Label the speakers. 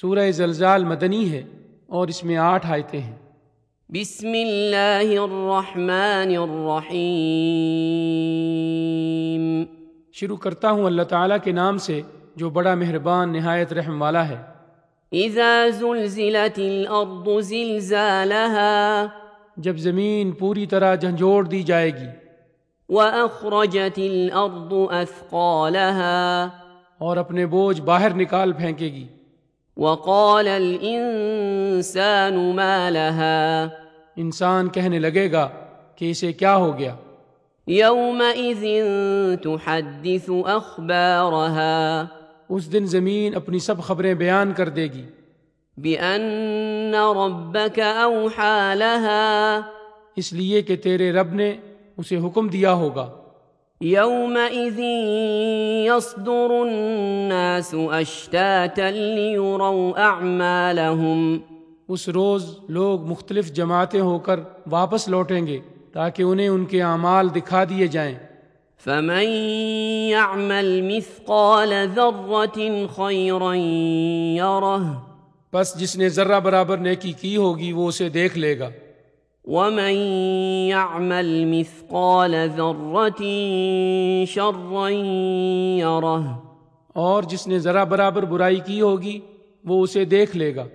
Speaker 1: سورہ زلزال مدنی ہے اور اس میں آٹھ آیتیں ہیں
Speaker 2: بسم اللہ الرحمن الرحیم
Speaker 1: شروع کرتا ہوں اللہ تعالیٰ کے نام سے جو بڑا مہربان نہایت رحم والا ہے
Speaker 2: اذا زلزلت الارض زلزالها
Speaker 1: جب زمین پوری طرح جھنجھوڑ دی جائے گی
Speaker 2: واخرجت الارض اثقالها
Speaker 1: اور اپنے بوجھ باہر نکال پھینکے گی
Speaker 2: وقال الانسان ما لها
Speaker 1: انسان کہنے لگے گا کہ اسے کیا ہو گیا
Speaker 2: يومئذ تحدث اخبارها
Speaker 1: اس دن زمین اپنی سب خبریں بیان کر دے گی
Speaker 2: بان ربك اوحى لها
Speaker 1: اس لیے کہ تیرے رب نے اسے حکم دیا ہوگا
Speaker 2: يومئذ يصدر الناس اشتاتا ليروا اعمالهم
Speaker 1: اس روز لوگ مختلف جماعتیں ہو کر واپس لوٹیں گے تاکہ انہیں ان کے اعمال دکھا دیے جائیں
Speaker 2: فمن يعمل مثقال ذره خيرا يره
Speaker 1: بس جس نے ذرہ برابر نیکی کی ہوگی وہ اسے دیکھ لے گا
Speaker 2: ومن يعمل مثقال ذره شرا يره
Speaker 1: اور جس نے ذرہ برابر برائی کی ہوگی وہ اسے دیکھ لے گا